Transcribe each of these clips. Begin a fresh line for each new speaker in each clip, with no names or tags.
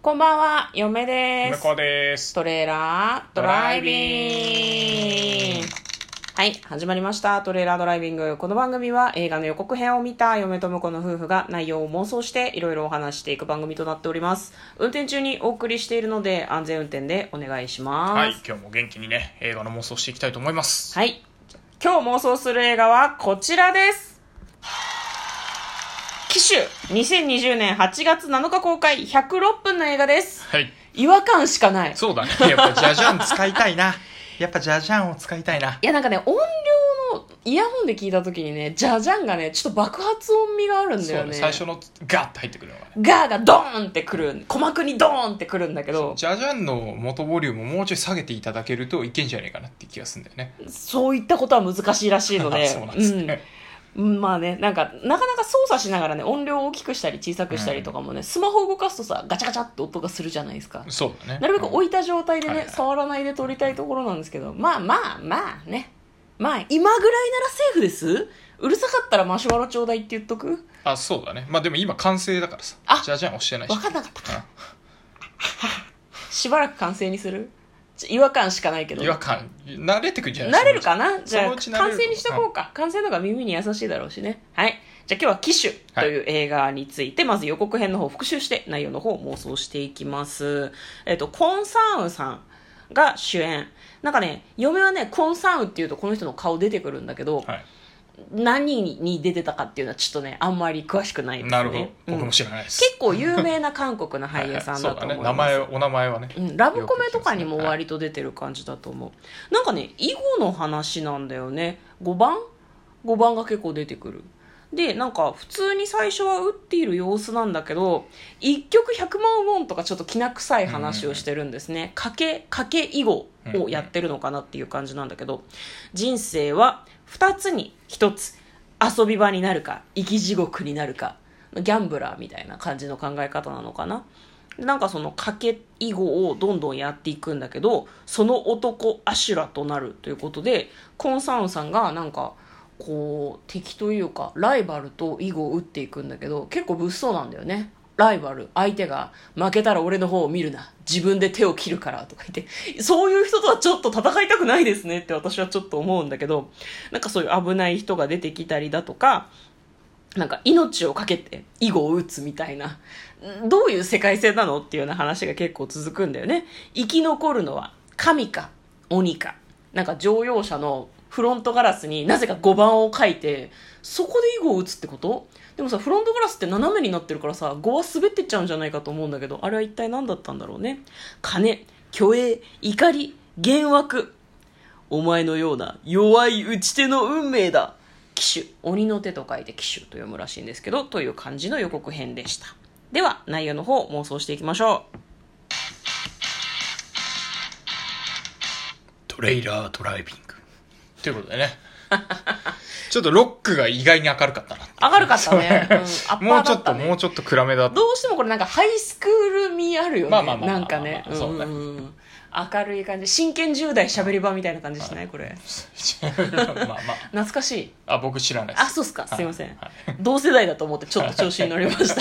こんばんは、嫁で
向
す
こ。うです。
トレーラードライビング
ドライビング
はい始まりました「トレーラードライビング」この番組は映画の予告編を見た嫁と婿の夫婦が内容を妄想していろいろお話していく番組となっております運転中にお送りしているので安全運転でお願いします
はい、今日も元気にね、映画の妄想していきたいと思います。
はい今日妄想する映画はこちらです「機種」2020年8月7日公開106分の映画です
はい。
違和感しかない
そうだね。 やっぱジャジャン使いたいな。やっぱジャジャンを使いたいな。
いやなんかね音量のイヤホンで聞いた時にねジャジャンがねちょっと爆発音味があるんだ
そ
よ
う
ね
ね。最初のガッて入ってくるのがね。
ガーがドーンってくる鼓膜にドーンってくるんだけど
ジャジャンの元ボリュームをもうちょい下げていただけるといけんじゃねえかなって気がするんだよね。
そういったことは難しいらしいので
そうなんですね。
うんまあねなんかなかなか操作しながらね音量を大きくしたり小さくしたりとかもね、スマホを動かすとさガチャガチャって音がするじゃないですか
そうだね。
なるべく置いた状態でね、
はいはい
触らないで撮りたいところなんですけどまあまあまあねまあ今ぐらいならセーフですうるさかったらマシュマロちょうだいって言っとく
あ、そうだね。まあでも今完成だからさ
あ。
ジャジャン押してないし。
分かんなかったか
う
しばらく完成にするちょ違和感しかないけど
ん違和感。慣れてくんじゃない
慣れるかなじゃ
そ
あ
のうち慣れる
完成にしとこうか完成の方が耳に優しいだろうしねはいじゃあ今日は「機種」という映画について、まず予告編の方を復習して内容の方を妄想していきますえっ、とコンサーンさんが主演なんかね嫁はねコンサーンっていうとこの人の顔出てくるんだけど、
はい。
何に出てたかっていうのはちょっとねあんまり詳しくないですね
なるほど。僕
うん
も知らないです。
結構有名な韓国の俳優さんだと思います、
はいはいそうだね。名前、お名前はね。
うん、ラブコメとかにも
よく聞きますねはい
割と出てる感じだと思う、なんかね囲碁の話なんだよね5番5番が結構出てくるでなんか普通に最初は打っている様子なんだけど1曲100万ウォンとかちょっときな臭い話をしてるんですね賭け賭け囲碁をやってるのかなっていう感じなんだけど人生は2つに1つ遊び場になるか生き地獄になるかギャンブラーみたいな感じの考え方なのかなでなんかその賭け囲碁をどんどんやっていくんだけどその男アシュラとなるということでコンサウンさんがなんかこう敵というかライバルと囲碁を打っていくんだけど結構物騒なんだよねライバル相手が負けたら俺の方を見るな自分で手を切るからとか言ってそういう人とはちょっと戦いたくないですねって私はちょっと思うんだけどなんかそういう危ない人が出てきたりだとかなんか命を懸けて囲碁を打つみたいな、んどういう世界線なのっていうような話が結構続くんだよね。生き残るのは神か鬼か。なんか乗用車のフロントガラスになぜか5番を書いて、そこで囲碁を打つってことでもさ、フロントガラスって斜めになってるからさ、5は滑ってっちゃうんじゃないかと思うんだけど、あれは一体何だったんだろうね。金、虚栄、怒り、幻惑。お前のような弱い打ち手の運命だ騎手鬼の手と書いて騎手と読むらしいんですけどという感じの予告編でしたでは内容の方妄想していきましょう
トレイラードライビング。ということでね。 ちょっとロックが意外に明るかったな。
明るかったね、うん、アッ
も
パ
う
ー
ち
だ
ょ
っ
っと、
たね
もうちょっと暗めだった。
どうしてもこれなんかハイスクール味あるよね、
まあまあまあまあ
なんかね,、
まあまあそうね
んんん明るい感じ真剣10代しゃべり場みたいな感じしないこれ
まあまあ。
懐かしい
あ、僕知らないで
あ
す。
そうっすかすいません、
はい
同世代だと思ってちょっと調子に乗りまし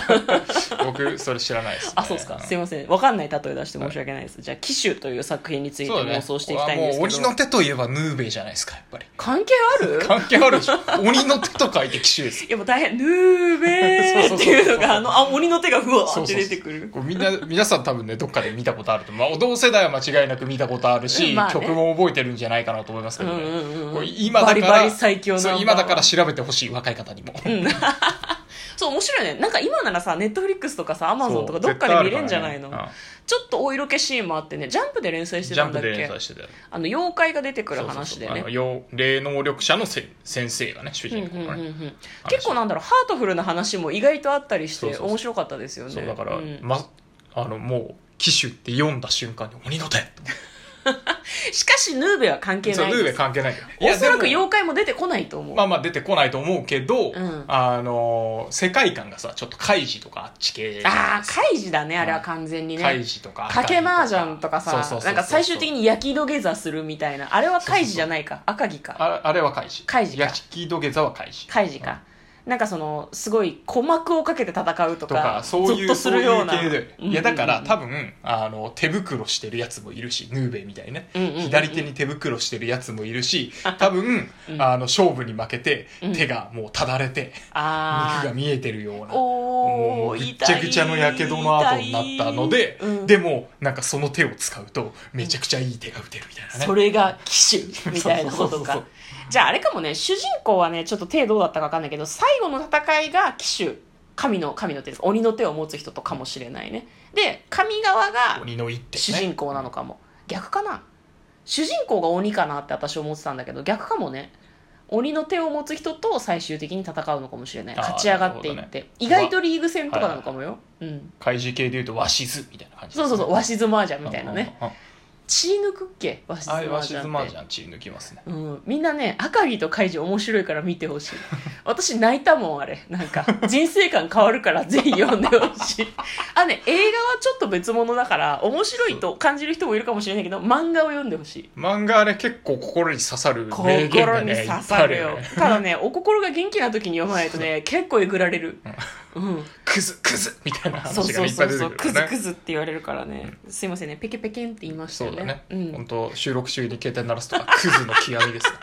た
僕、それ知らないです、
あそうっすかすい
ま
ません分かんない例え出して申し訳ないです、じゃあ「騎手」という作品について
そうだね。
妄想していきたいんです
こ
け
れ
ど、
はもう鬼の手といえばヌーベイじゃないですか、やっぱり。
関係ある
関係あるでしょ。鬼の手と書いて奇襲です。
いやもう大変「ヌーベー」っていうのがあのあ鬼の手がふわー
そう
っ
そ
て
うそう
出てくる
こうみんな皆さん多分ねどっかで見たことあると思う、まあ、同世代は間違いなく見たことあるし、
まあね
曲も覚えてるんじゃないかなと思いますけどね、
うんうんうんうん
こう今だから
バリバリ最強ナンバー
そ
ワン
う今だから調べてほしい若い方にも、
そう面白いねなんか今ならさネットフリックスとかさアマゾンとかどっかで見れんじゃないの、
そう絶対あるからね
ちょっとお色気シーンもあってねジャンプで連載し
ジ
て
ャ
た
ン
ん
プ
だっ
で
け
連載してたよ
あの妖怪が出てく
そ
る
うそう
話
そう
で
あ
ね
のよう霊能力者のせ先生がね主人公
うんう
が
んうんう
ね、
ん結構なんだろうハートフルな話も意外とあったりして
そうそうそう
面白かったですよね
そうだから、
ん
ま、あのもう機種って読んだ瞬間に鬼の手
しかしヌーベは関係
そう
ない
ルーベ
です
関係ないよ
おそら
いやでも
く妖怪も出てこないと思う、
まあまあ出てこないと思うけど、
ん
あの世界観がさちょっと怪獣とかあっち系
ああカイジだねあれは完全にね、
怪獣とか
かけ麻雀とかさ
そうそうそうそ
な
う
んか最終的に焼き土下座するみたいなあれはカイジじゃないか赤木か
ああれは怪獣
カイジか
焼き土下座は怪獣
カイジか、なんかそのすごい鼓膜をかけて戦うとか
とかそうい
ゾッと
う
す
そう
る
い
よう
う
な
系でいやだから
うん
多分あの手袋してるやつもいるしヌーベイみたいにね
うんうんうんうん
左手に手袋してるやつもいるし多分
うん
あの勝負に負けて
うん
手がもうただれて
あ
肉
ー
が見えてるような
お
も
お
うぐっちゃぐちゃのやけどの跡になったのででもなんかその手を使うとめちゃくちゃいい手が打てるみたいなね
それが騎 手みたいなこ
そうそ
と
うそうそ
か
う
じゃああれかもね主人公はねちょっと手どうだったか分かんないけど最後の戦いが騎手神の神の手です鬼の手を持つ人とかもしれないねで神側が
鬼の一手ね
主人公なのかも逆かな主人公が鬼かなって私思ってたんだけど逆かもね鬼の手を持つ人と最終的に戦うのかもしれない
あー
勝ち上がってい
な
っ
るほ
て、
どね
意外とリーグ戦とかなのかもよ、うん、
怪獣系でいうと和シズみたいな感じで
そうそ
すね
うそう鷲津麻雀みたいなね
うんうんうん
血抜くっけ鷲津
あれ
麻
和シ
雀っ
ズ
て
マージャンチー抜きますね
うん、みんなね赤城とカイジ面白いから見てほしい 私泣いたもんあれなんか人生観変わるからぜひ読んでほし いあね映画はちょっと別物だから面白いと感じる人もいるかもしれないけど漫画を読んでほしい
漫画はね結構心に刺さる名言
心
が
に
ねい
刺
っぱいあ
さ
る
る
よ
よ
ね
ただねお心が元気な時に読まないとね結構えぐられるうん
クズクズみたいな
そう
話が
そ
ね
う
いっぱ
そ
いう出
そ
て
う
く
ク
る
ズ
から
ク
ね
ズって言われるからねすいませんねペケペケンって言いました
そ
よ
う
ね
だね
ん
本当収録中に携帯鳴らすとかクズの極 みですね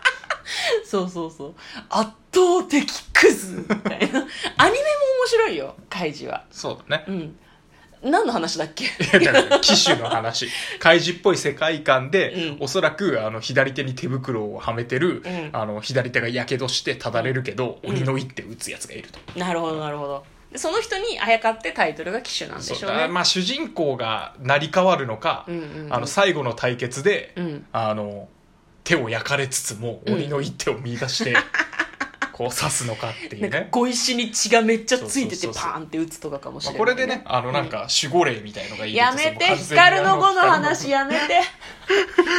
そうそうそう圧倒的クズみたいなアニメも面白いよカイジは
そうだね
うん何の話だっけ
いやだから機種の 話怪獣っぽい世界観で、
うん
おそらくあの左手に手袋をはめてる、
うん
あの左手がやけどしてただれるけど、
うん
鬼の一手打つやつがいると、
なるほどなるほどでその人にあやかってタイトルが騎手なんで
そう
しょう
だから
ね
まあ主人公が成り代わるのか、
うんうんうん
あの最後の対決で、
うん
あの手を焼かれつつも
うん
鬼の一手を見 出して、こう刺すのかってい
な
うん
か
ね
碁石に血がめっちゃついてて
そうそうそう
パ
そう
ーンって打つとかかもし
ま
れな
あ、
い、
これでねあのなんか守護霊みたいのがいる
やめて光の碁の話やめて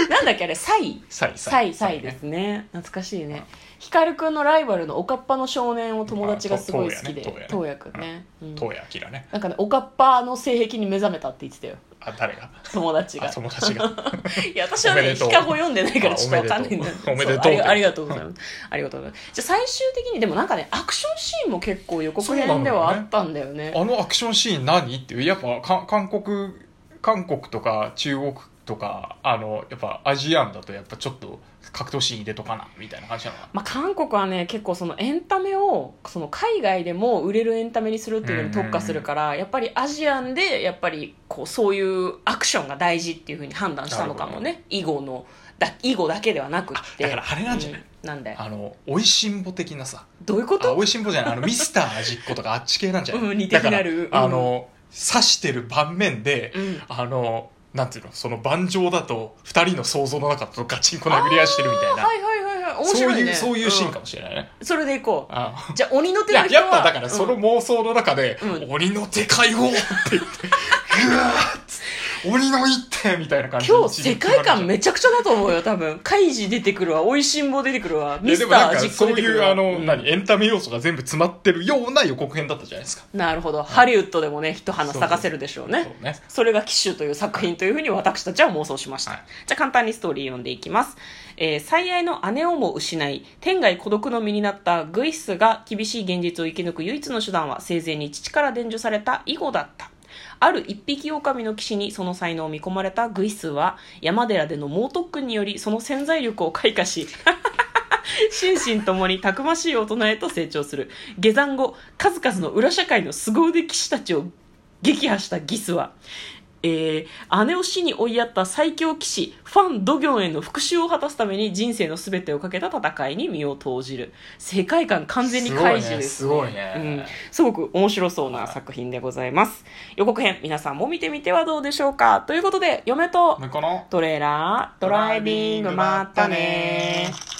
なんだっけあれサイ
サイ
サイサイですね懐かしいね光くんのライバルのおかっぱの少年を友達がすごい好き
まあと
で
と
東
う
也くんねうん
東谷明ね
なんかねおかっぱの性癖に目覚めたって言ってたよ
あ誰が
友達が
あ友達が
いや私は
おめ
ね
でと
シ
う
カゴ読んでないからちょっとわかんないんだ
おめでとう
そ
おめでと
あ
う
りありがとうございますありがとうございますじゃあ最終的にでもなんかねアクションシーンも結構予告
そうな
編
の
で
よね
はあったんだよね
あのアクションシーン何っていうやっぱか韓国韓国とか中国とかあのやっぱアジアンだとやっぱちょっと格闘シーン入れとかなみたいな感じなのかな
まあ、韓国はね結構そのエンタメをその海外でも売れるエンタメにするっていうのに特化するから、やっぱりアジアンでやっぱりこうそういうアクションが大事っていうふうに判断したのかもね囲碁のだ囲碁だけではなくって
あだからあれなんじゃない
うんなんだよ
あのおいしんぼ的なさ
どういうこ
あ
と
美味しんぼじゃないあのミスター味っ子とかあっち系なんじゃない、
うん似てくなる
だから
うん
あの刺してる盤面で、
うん
あのなんていうのその盤上だと二人の想像の中とガチンコ殴り合いしてるみたいな、
はいはいはいはい面白いね
そういうそういうシーンか
も、
もしれないね、
うんそれでいこう
あ
じゃあ鬼の
い
手の
や
人は
やっぱだからその
うん
妄想の中で「
うん
鬼の手解放!」って言って「ぐわーっつって鬼の一手!」みたいな感じで
今日世界観めちゃくちゃだと思うよ多分カイジ出てくるわおいしんぼ出てくるわ
いや
ミ
で
ス
も
ター
なんか
実行
そう
出て
い
くる
う
わ
あの、
うん
何エンタメ要素が全部詰まってるような予告編だったじゃないですか
なるほどハリウッドでもね一花咲かせるでしょうね
そうそうね
それが「騎手」という作品というふうに私たちは妄想しました、
はい
じゃあ簡単にストーリー読んでいきます、えー最愛の姉をも失い天涯孤独の身になったグイスが厳しい現実を生き抜く唯一の手段は生前に父から伝授された囲碁だったある一匹狼の騎士にその才能を見込まれたグイスは山寺での猛特訓によりその潜在力を開花し心身ともにたくましい大人へと成長する下山後数々の裏社会の凄腕騎士たちを撃破したギスは、えー姉を死に追いやった最強騎士ファン・ドギョンへの復讐を果たすために人生の全てをかけた戦いに身を投じる世界観完全に開示です
すごいねす
う
ごいね
ん、すごく面白そうな作品でございます予告編皆さんも見てみてはどうでしょうかということで嫁と
向こうの
トレーラードライビングまったねー